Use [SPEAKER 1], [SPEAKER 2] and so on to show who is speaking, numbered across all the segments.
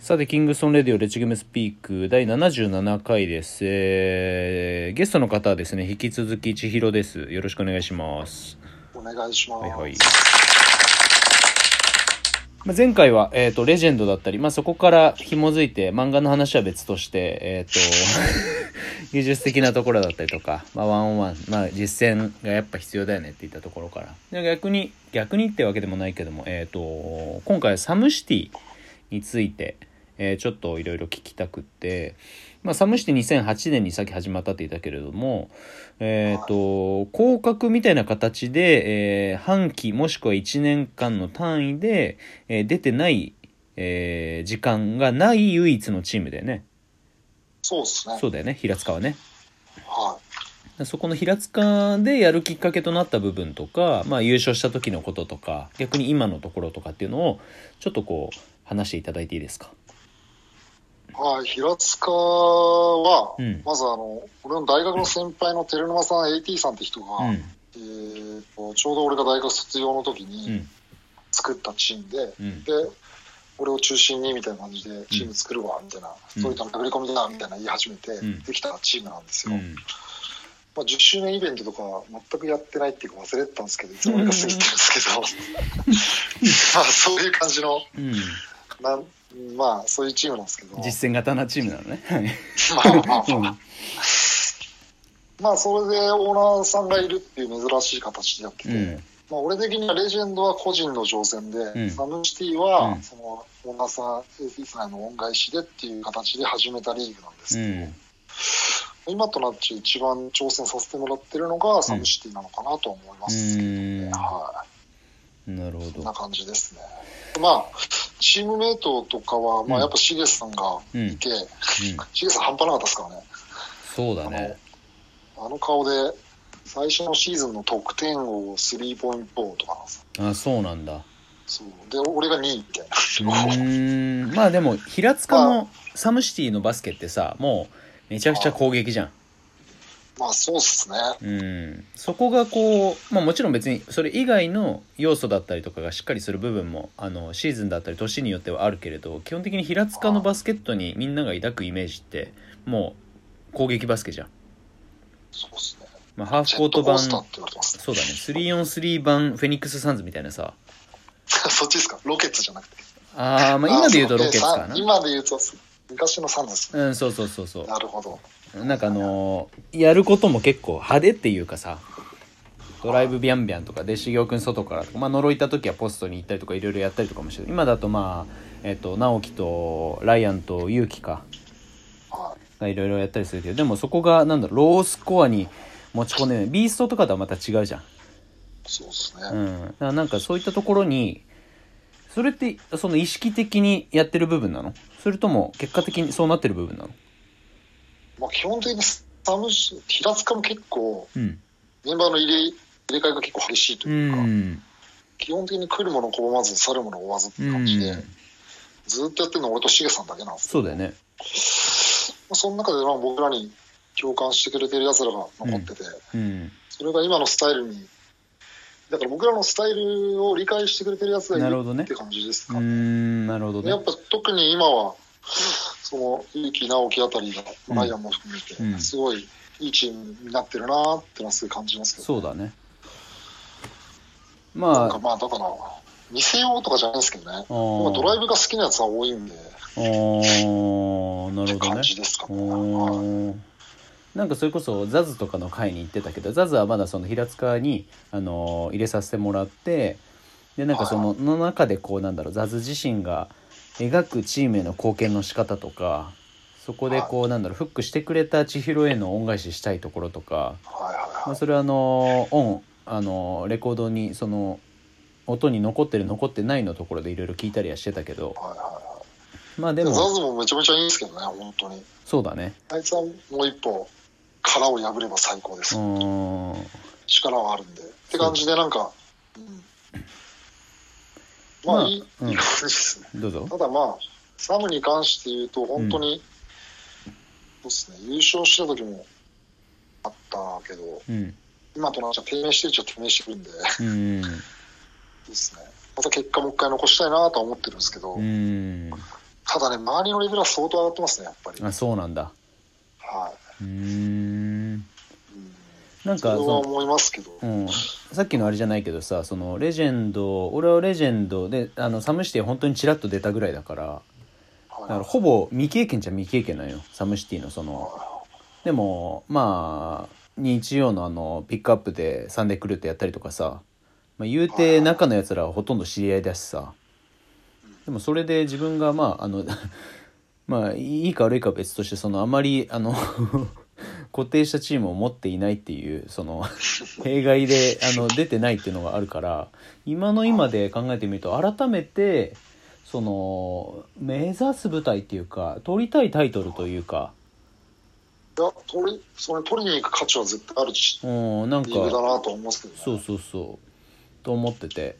[SPEAKER 1] さて、キングストンレディオレチゲームスピーク第77回です。えー、ゲストの方はですね、引き続き千尋です。よろしくお願いします。
[SPEAKER 2] お願いします。
[SPEAKER 1] はいはい。まあ、前回は、えっ、と、レジェンドだったり、まあ、そこから紐づいて、漫画の話は別と して、えっ、と、技術的なところだったりとか、まあ、ワンオンワン、まあ、実践がやっぱ必要だよねっていったところから。で逆に、逆にってわけでもないけども、えっ、と、今回はサムシティについて、えーちょっといろいろ聞きたくって、まあ、サムシティ2008年にさっき始まったって言ったけれども、えー、と広角みたいな形で、えー半期もしくは1年間の単位で、えー出てない、えー時間がない唯一のチームだよね
[SPEAKER 2] そうですね。
[SPEAKER 1] そうだよね平塚はね
[SPEAKER 2] は
[SPEAKER 1] そこの平塚でやるきっかけとなった部分とか、まあ、優勝した時のこととか逆に今のところとかっていうのをちょっとこう話していただいていいですか
[SPEAKER 2] い。はい。平塚は、
[SPEAKER 1] うん
[SPEAKER 2] まずあの、俺の大学の先輩の照沼さん、AT さんって人が、
[SPEAKER 1] うん
[SPEAKER 2] えーと、ちょうど俺が大学卒業の時
[SPEAKER 1] う
[SPEAKER 2] に
[SPEAKER 1] ん
[SPEAKER 2] 作ったチームで、
[SPEAKER 1] うん
[SPEAKER 2] で、俺を中心にみたいな感じで、チーム作るわ、みたいな、
[SPEAKER 1] うん
[SPEAKER 2] そういったの殴り込みだ、みたいな言い始めて、
[SPEAKER 1] ん
[SPEAKER 2] できたチームなんです
[SPEAKER 1] う
[SPEAKER 2] よ。
[SPEAKER 1] ん
[SPEAKER 2] まあ、10周年イベントとか全くやってないっていうか忘れてたんですけど、いつも俺が過ぎてるんですけど、まあ、そういう感じの、
[SPEAKER 1] うん
[SPEAKER 2] なんまあそういうチームなんですけど、
[SPEAKER 1] 実践型なチームなのねはい
[SPEAKER 2] まあまあまあ、まあそれでオーナーさんがいるっていう珍しい形でやってて、
[SPEAKER 1] うん
[SPEAKER 2] まあ俺的にはレジェンドは個人の乗船で、
[SPEAKER 1] ん
[SPEAKER 2] サムシティ
[SPEAKER 1] う
[SPEAKER 2] は
[SPEAKER 1] ん
[SPEAKER 2] そのオーナーさん、AT さんへの恩返しでっていう形で始めたリーグなんです
[SPEAKER 1] う
[SPEAKER 2] けど、
[SPEAKER 1] ん
[SPEAKER 2] 今となって一番挑戦させてもらってるのがサムシティなのかなとは思いますけどね、
[SPEAKER 1] うん
[SPEAKER 2] はい。
[SPEAKER 1] なるほ
[SPEAKER 2] そん
[SPEAKER 1] ど。
[SPEAKER 2] な感じですね。まあ、チームメイトとかは、ま
[SPEAKER 1] う
[SPEAKER 2] あ、
[SPEAKER 1] ん
[SPEAKER 2] やっぱシゲスさんがいて、シゲスさん半端なかったですからね。
[SPEAKER 1] そうだね。
[SPEAKER 2] あの顔で、最初のシーズンの得点王スリーポイントとかなんですよ
[SPEAKER 1] あ、そうなんだ。
[SPEAKER 2] そう。で、俺が2位みたいな。
[SPEAKER 1] うーん。まあでも、平塚のサムシティのバスケってさ、もう、めちゃくちゃ攻撃じゃん。
[SPEAKER 2] まあ、そうっすね。
[SPEAKER 1] うん。そこがこう、まあもちろん別に、それ以外の要素だったりとかがしっかりする部分も、あの、シーズンだったり、年によってはあるけれど、基本的に平塚のバスケットにみんなが抱くイメージって、もう、攻撃バスケじゃん。
[SPEAKER 2] そうっすね。
[SPEAKER 1] まあ、ハー
[SPEAKER 2] ジ
[SPEAKER 1] フ
[SPEAKER 2] ェ
[SPEAKER 1] コート
[SPEAKER 2] ットコースタ
[SPEAKER 1] 版
[SPEAKER 2] ーって、言われてますね。
[SPEAKER 1] そうだね、3on3 版フェニックスサンズみたいなさ、
[SPEAKER 2] そっちですかロケッツじゃなくて。
[SPEAKER 1] あー、まあ今で言うとロケッツか
[SPEAKER 2] あ
[SPEAKER 1] な
[SPEAKER 2] そう。今で言うと、昔のサンですね。
[SPEAKER 1] うん、そうそうそうそ
[SPEAKER 2] なるほど。
[SPEAKER 1] う。なんかあのーやることも結構派手っていうかさ、ドライブビャンビャンとかで、茂雄くん外からとか、まあ、呪いた時はポストに行ったりとか、いろいろやったりとかもしてる。今だとまあ、えっ、と、直樹とライアンと勇気か、
[SPEAKER 2] はい。
[SPEAKER 1] がいろいろやったりするけど、でもそこが、なんだろう、ロースコアに持ち込んでない。ビーストとかとはまた違うじゃん。
[SPEAKER 2] そうっすね。
[SPEAKER 1] うん。だからなんかそういったところに、それって、その意識的にやってる部分なのそれとも、結果的にそうなってる部分なの
[SPEAKER 2] まあ、基本的にサムシ、平塚も結構、
[SPEAKER 1] うん。
[SPEAKER 2] メンバーの入れ入れ替えが結構激しいと
[SPEAKER 1] う
[SPEAKER 2] いうか、
[SPEAKER 1] ん。
[SPEAKER 2] 基本的に来るもの拒まず、去るもの追わずって感じで、
[SPEAKER 1] うん
[SPEAKER 2] ずっとやってるの俺としげさんだけなんです
[SPEAKER 1] そうだよね。
[SPEAKER 2] まあ、その中でまあ僕らに共感してくれてる奴らが残ってて、
[SPEAKER 1] うん。
[SPEAKER 2] それが今のスタイルに、だから僕らのスタイルを理解してくれてる奴が
[SPEAKER 1] ないるほど
[SPEAKER 2] る
[SPEAKER 1] ね
[SPEAKER 2] って感じです
[SPEAKER 1] う
[SPEAKER 2] か
[SPEAKER 1] ー
[SPEAKER 2] ね。
[SPEAKER 1] ん、なるほど
[SPEAKER 2] でやっ
[SPEAKER 1] ね。
[SPEAKER 2] ぱ特に今は、その、勇気直樹あたりが、
[SPEAKER 1] うん
[SPEAKER 2] ライアンも含めて、
[SPEAKER 1] うん
[SPEAKER 2] すごいいいチームになってるなーってのはすごい感じますけど、
[SPEAKER 1] そうだね。
[SPEAKER 2] なん
[SPEAKER 1] ま
[SPEAKER 2] か
[SPEAKER 1] あ、
[SPEAKER 2] まあ、だから、見せようとかじゃないですけどね。
[SPEAKER 1] あー
[SPEAKER 2] まあドライブが好きなやつは多いんで、
[SPEAKER 1] あーな
[SPEAKER 2] って
[SPEAKER 1] るほど
[SPEAKER 2] 感
[SPEAKER 1] ね。
[SPEAKER 2] じですかね。
[SPEAKER 1] お
[SPEAKER 2] はい
[SPEAKER 1] ーなんかそれこそザズとかの会に行ってたけどザズはまだその平塚に、あのー入れさせてもらってでなんかそのの中でこうなんだろうザズ自身が描くチームへの貢献の仕方とかそこでこうなんだろうフックしてくれた千尋への恩返ししたいところとか
[SPEAKER 2] はいはい
[SPEAKER 1] ま
[SPEAKER 2] は
[SPEAKER 1] あ、
[SPEAKER 2] い。
[SPEAKER 1] それはあのオンあのレコードにその音に残ってる残ってないのところでいろいろ聞いたりはしてたけど
[SPEAKER 2] はいは
[SPEAKER 1] まあで
[SPEAKER 2] いはい、ザ
[SPEAKER 1] も
[SPEAKER 2] ズもめちゃめちゃいいんですけどね、本当に。
[SPEAKER 1] そうだね
[SPEAKER 2] あいつはもう一歩、殻を破れば最高で
[SPEAKER 1] う
[SPEAKER 2] す。
[SPEAKER 1] ーん
[SPEAKER 2] 力はあるんで。って感じで、なんか、うんま
[SPEAKER 1] ま
[SPEAKER 2] あ
[SPEAKER 1] あ
[SPEAKER 2] いい、いい
[SPEAKER 1] うん
[SPEAKER 2] 感じですね。
[SPEAKER 1] どうぞ
[SPEAKER 2] ただまあ、サムに関して言うと、本当に、そうですね、優勝した時もあったけど、
[SPEAKER 1] うん
[SPEAKER 2] 今となっちゃ低迷してるっちゃ低迷してるんで、
[SPEAKER 1] うーんう
[SPEAKER 2] ですね。また結果もう一回残したいなとは思ってるんですけど、
[SPEAKER 1] ーん
[SPEAKER 2] たただね、周りのレベルは相当上がってますね、やっぱり。
[SPEAKER 1] あそうなんだ
[SPEAKER 2] は
[SPEAKER 1] うーん
[SPEAKER 2] い。うん
[SPEAKER 1] なん
[SPEAKER 2] そ
[SPEAKER 1] か
[SPEAKER 2] れは
[SPEAKER 1] その
[SPEAKER 2] 思いますけど。
[SPEAKER 1] うん、さっきのあれじゃないけどさそのレジェンド俺はレジェンドであのサムシティ本当にちらっと出たぐらいだからだから
[SPEAKER 2] は
[SPEAKER 1] ほぼ未経験じゃ未経験なんよサムシティのそのでもまあ日曜のあのピックアップでサンデークルートやったりとかさ、まあ、言うて中のやつらはほとんど知り合いだしさでもそれで自分がまああの まあいいか悪いかは別としてそのあまりあの 固定したチームを持っていないっていうそ の弊害であの出てないっていうのがあるから今の今で考えてみると改めてその目指す舞台っていうか取りたいタイトルというか
[SPEAKER 2] い。いや、取り、それ取りに行く価値は絶対あるし、
[SPEAKER 1] うんなん
[SPEAKER 2] リーグだ
[SPEAKER 1] か
[SPEAKER 2] なと思うんですけど、ね。
[SPEAKER 1] そうそうそうと思ってて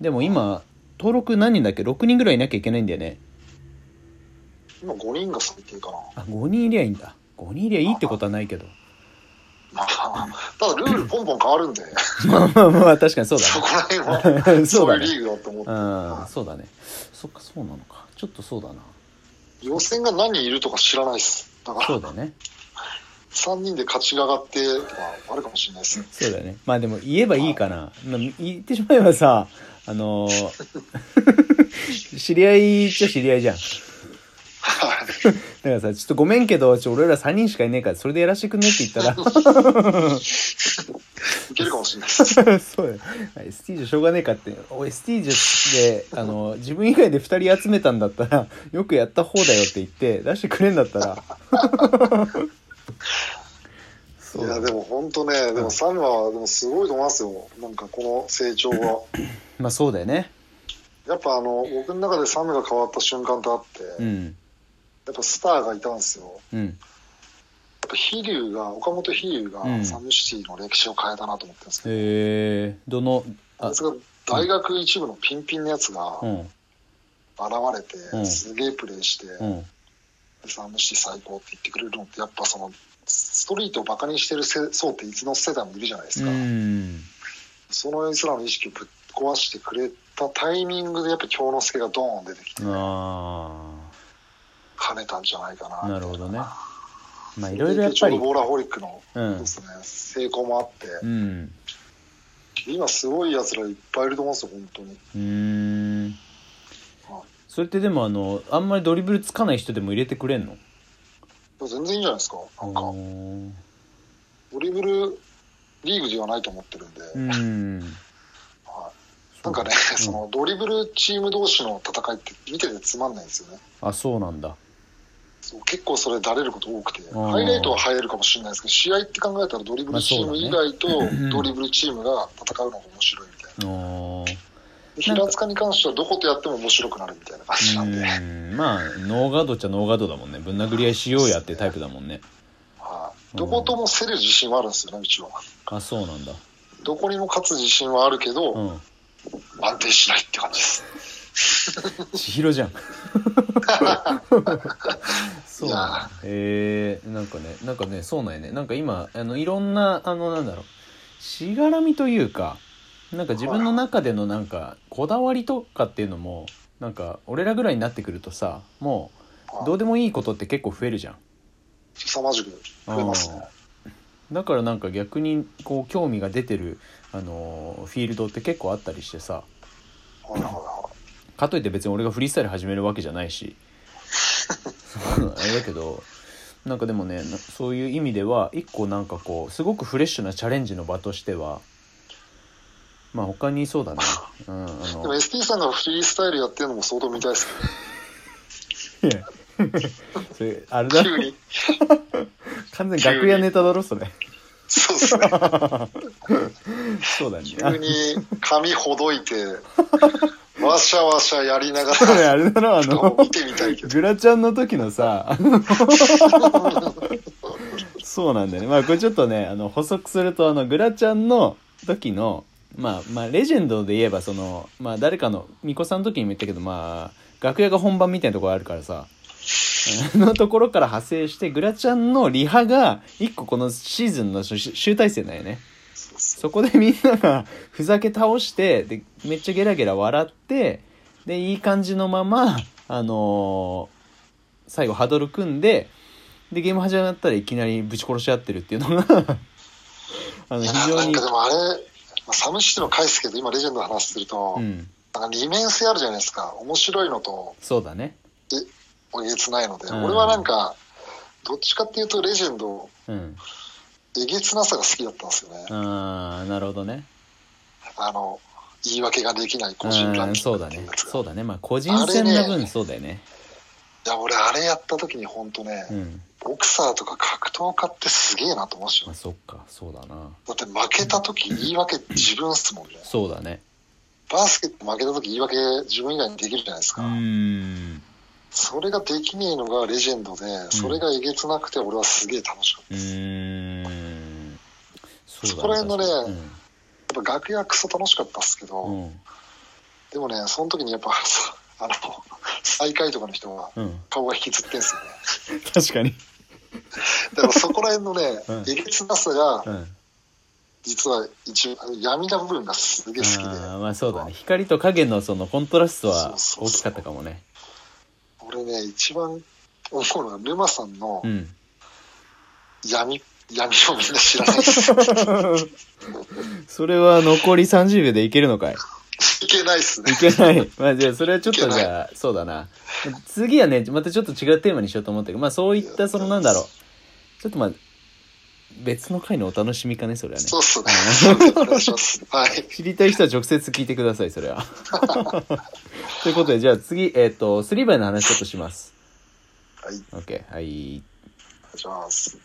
[SPEAKER 1] でも今登録何人だっけ6人ぐらいいなきゃいけないんだよね
[SPEAKER 2] 今5人が最低かな。
[SPEAKER 1] あ5人いりゃいいんだ5人いりゃいいってことはないけど
[SPEAKER 2] まあ、ただルールポンポン変わるんで、
[SPEAKER 1] まあまあまあ確かにそうだ
[SPEAKER 2] そ
[SPEAKER 1] ね
[SPEAKER 2] こら辺は、
[SPEAKER 1] そう
[SPEAKER 2] そうい
[SPEAKER 1] だ
[SPEAKER 2] う
[SPEAKER 1] ね
[SPEAKER 2] リーグだと思って。
[SPEAKER 1] うんそうだねそっかそうなのかちょっとそうだな
[SPEAKER 2] 予選が何人いるとか知らないです。だか
[SPEAKER 1] そ
[SPEAKER 2] ら
[SPEAKER 1] う、だね
[SPEAKER 2] 3人で勝ち上がってとかあるかもしれないですね。
[SPEAKER 1] そうだよね。まあでも言えばいいかな。まあ言ってしまえばさ、あの ー知り合いっちゃ知り合いじゃん。だ
[SPEAKER 2] はい
[SPEAKER 1] からさ、ちょっとごめんけど、ちょ俺ら3人しかいねえから、それでやらしてくんねって言った
[SPEAKER 2] いけるかもしれないです。
[SPEAKER 1] ら、 そうだよ。はいスティージョしょうがねえかって。おい、スティージョで、あ のー自分以外で2人集めたんだったら、よくやった方だよって言って、出してくれんだったら。
[SPEAKER 2] い
[SPEAKER 1] そう
[SPEAKER 2] や、でも本当ね、でもサムは、でもすごいと思いますよ。なんかこの成長は。
[SPEAKER 1] まあそうだよね。
[SPEAKER 2] やっぱあの、僕の中でサムが変わった瞬間ってあって、
[SPEAKER 1] う
[SPEAKER 2] や
[SPEAKER 1] ん。
[SPEAKER 2] っぱスターがいたんですよ。
[SPEAKER 1] う
[SPEAKER 2] やっ
[SPEAKER 1] ん。
[SPEAKER 2] ぱ飛龍が、岡本飛龍
[SPEAKER 1] うん
[SPEAKER 2] がサムシティの歴史を変えたなと思ってるんですけど、
[SPEAKER 1] えー、どの、
[SPEAKER 2] あ
[SPEAKER 1] あ
[SPEAKER 2] いつ、が大学一部のピンピンのやつが
[SPEAKER 1] う
[SPEAKER 2] 現
[SPEAKER 1] ん、
[SPEAKER 2] れて、
[SPEAKER 1] うん
[SPEAKER 2] すげえプレーして、
[SPEAKER 1] うん。
[SPEAKER 2] サムシティ最高って言ってくれるのって、やっぱその、ストリートをバカにしてるせ層っていつの世代もいるじゃないですか。
[SPEAKER 1] うん。
[SPEAKER 2] そのやつらの意識をぶっ壊してくれたタイミングでやっぱ京之助がドーン出てきて
[SPEAKER 1] あ
[SPEAKER 2] 跳ねたんじゃないか
[SPEAKER 1] あ
[SPEAKER 2] な
[SPEAKER 1] なるほどねまあい
[SPEAKER 2] い
[SPEAKER 1] ろいろやっぱり
[SPEAKER 2] ボーラホリックの、
[SPEAKER 1] うん
[SPEAKER 2] ですね、成功もあって、
[SPEAKER 1] うん
[SPEAKER 2] 今すごいやつらいっぱいいると思うんですよ本当に
[SPEAKER 1] うーんそれってでもあのあんまりドリブルつかない人でも入れてくれんの
[SPEAKER 2] でも全然いいんじゃないですかなんか
[SPEAKER 1] おー
[SPEAKER 2] ドリブルリーグではないと思ってるんで、
[SPEAKER 1] うん
[SPEAKER 2] はい、なんかね、
[SPEAKER 1] ん
[SPEAKER 2] そのドリブルチーム同士の戦いって見ててつまんないんですよね
[SPEAKER 1] あそうなんだ
[SPEAKER 2] そう結構それだれること多くて
[SPEAKER 1] あー
[SPEAKER 2] ハイライトは入るかもしれないですけど試合って考えたらドリブルチーム以外と
[SPEAKER 1] うん
[SPEAKER 2] ドリブルチームが戦うのが面白いみたいな
[SPEAKER 1] おー
[SPEAKER 2] で平塚に関してはどことやっても面白くなるみたいな感じなんで、はい
[SPEAKER 1] うんまあノーガードっちゃノーガードだもんねぶん殴り合いしようやってタイプだもんね
[SPEAKER 2] どことも競る自信はあるんですよねうちは
[SPEAKER 1] あそうなんだ
[SPEAKER 2] どこにも勝つ自信はあるけど、
[SPEAKER 1] うん
[SPEAKER 2] 安定しないって感じです
[SPEAKER 1] 千尋 じゃんそう
[SPEAKER 2] いや
[SPEAKER 1] なんだえー、なんかねなんかねそうなんやねなんか今あのいろんなあのなんだろうしがらみというかなんか自分の中でのなんかこだわりとかっていうのもなんか俺らぐらいになってくるとさもうどう
[SPEAKER 2] はい
[SPEAKER 1] でもいいことって結構増えるじゃん
[SPEAKER 2] 凄まじく増えますね
[SPEAKER 1] だからなんか逆にこう興味が出てるあのーフィールドって結構あったりしてさ
[SPEAKER 2] はいはいは
[SPEAKER 1] かといって別に俺がフリースタイル始めるわけじゃないしそうあれだけどなんかでもねなそういう意味では一個なんかこうすごくフレッシュなチャレンジの場としてはまあ他にそうだねうんあ
[SPEAKER 2] いでも
[SPEAKER 1] の
[SPEAKER 2] ST さんがフリースタイルやってるのも相当見たいです け
[SPEAKER 1] いや それあれ
[SPEAKER 2] ど
[SPEAKER 1] だ
[SPEAKER 2] 急に
[SPEAKER 1] 完全に楽屋ネタだろそれ
[SPEAKER 2] そうですね
[SPEAKER 1] そうだねあ
[SPEAKER 2] 急に髪ほ どいて、わしゃわしゃやりなが
[SPEAKER 1] それ
[SPEAKER 2] ら、
[SPEAKER 1] あれだろあの
[SPEAKER 2] 見てみたいけど。
[SPEAKER 1] グラちゃんの時の さ、あのそうなんだよね。まあこれちょっとね、あの補足すると、あのグラちゃんの時の、まあまあレジェンドで言えば、その、まあ誰かの、巫女さんの時にも言ったけど、まあ楽屋が本番みたいなところあるから さ、あのところから派生して、グラちゃんのリハが一個このシーズンの集集大成だよね。そこでみんながふざけ倒してでめっちゃゲラゲラ笑ってでいい感じのままあのー最後ハドル組んででゲーム始まったらいきなりぶち殺し合ってるっていうのが あの
[SPEAKER 2] い
[SPEAKER 1] 非
[SPEAKER 2] や
[SPEAKER 1] 常
[SPEAKER 2] なん
[SPEAKER 1] に
[SPEAKER 2] かでもあれ、まあ、サムシティの返すけど今レジェンドの話すると、
[SPEAKER 1] うん
[SPEAKER 2] なんか二面性あるじゃないですか面白いのと
[SPEAKER 1] そうだね
[SPEAKER 2] えげつないので、
[SPEAKER 1] うん
[SPEAKER 2] 俺はなんかどっちかっていうとレジェンド
[SPEAKER 1] うん
[SPEAKER 2] えげつなさが好きだったんですよね、
[SPEAKER 1] ああなるほどね
[SPEAKER 2] あの言い訳ができない個人ラ
[SPEAKER 1] う
[SPEAKER 2] ン
[SPEAKER 1] ん
[SPEAKER 2] キン
[SPEAKER 1] そう
[SPEAKER 2] グ
[SPEAKER 1] だ
[SPEAKER 2] っていう
[SPEAKER 1] ね
[SPEAKER 2] やつが
[SPEAKER 1] そうだねまあ個人戦の
[SPEAKER 2] あれ
[SPEAKER 1] 分
[SPEAKER 2] ね
[SPEAKER 1] そうだよね
[SPEAKER 2] いや俺あれやった時に本当ね、
[SPEAKER 1] うん
[SPEAKER 2] ボクサーとか格闘家ってすげえなと思うし
[SPEAKER 1] まあそっかそうだな
[SPEAKER 2] だって負けた時言い訳自分っすもんね
[SPEAKER 1] そうだね
[SPEAKER 2] バスケット負けた時言い訳自分以外にできるじゃないです
[SPEAKER 1] う
[SPEAKER 2] か、
[SPEAKER 1] ーん
[SPEAKER 2] それができねえのがレジェンドで、それがえげつなくて俺はすげえ楽しかった
[SPEAKER 1] う
[SPEAKER 2] です、やっ
[SPEAKER 1] ーんそうだね
[SPEAKER 2] そこら辺のね
[SPEAKER 1] 確かに
[SPEAKER 2] ぱ楽屋クソ楽しかったっすけど、
[SPEAKER 1] うんうん
[SPEAKER 2] でもねその時にやっぱ さあの最下位とかの人は
[SPEAKER 1] うん
[SPEAKER 2] 顔が引きずってんすよね
[SPEAKER 1] 確かに
[SPEAKER 2] だからそこら辺のね、
[SPEAKER 1] うん
[SPEAKER 2] えげつなさが
[SPEAKER 1] うん
[SPEAKER 2] 実は一番闇な部分がすげえ好きで、
[SPEAKER 1] あーまあそうだね光と影のそのコントラストは
[SPEAKER 2] そうそう
[SPEAKER 1] 大
[SPEAKER 2] そう
[SPEAKER 1] きかったかもね
[SPEAKER 2] 俺ね一番思うのは沼さんの
[SPEAKER 1] うん
[SPEAKER 2] 闇、闇をみんな知らないです
[SPEAKER 1] それは残り30秒でいけるのかい
[SPEAKER 2] いけないっすね
[SPEAKER 1] いけない。まあじゃあそれはちょっと
[SPEAKER 2] いけ
[SPEAKER 1] じゃあ、そうだな。次はね、またちょっと違うテーマにしようと思ってる。まあそういったそのなんだろう。ちょっとまあ、別の回のお楽しみかね、それはね。
[SPEAKER 2] そうっすねお願いしますはい
[SPEAKER 1] 知りたい人は直接聞いてください、それは。ということで、じゃあ次、えっ、と、スリーバイの話ちょっとします。
[SPEAKER 2] はいお願
[SPEAKER 1] OK。はい。
[SPEAKER 2] いします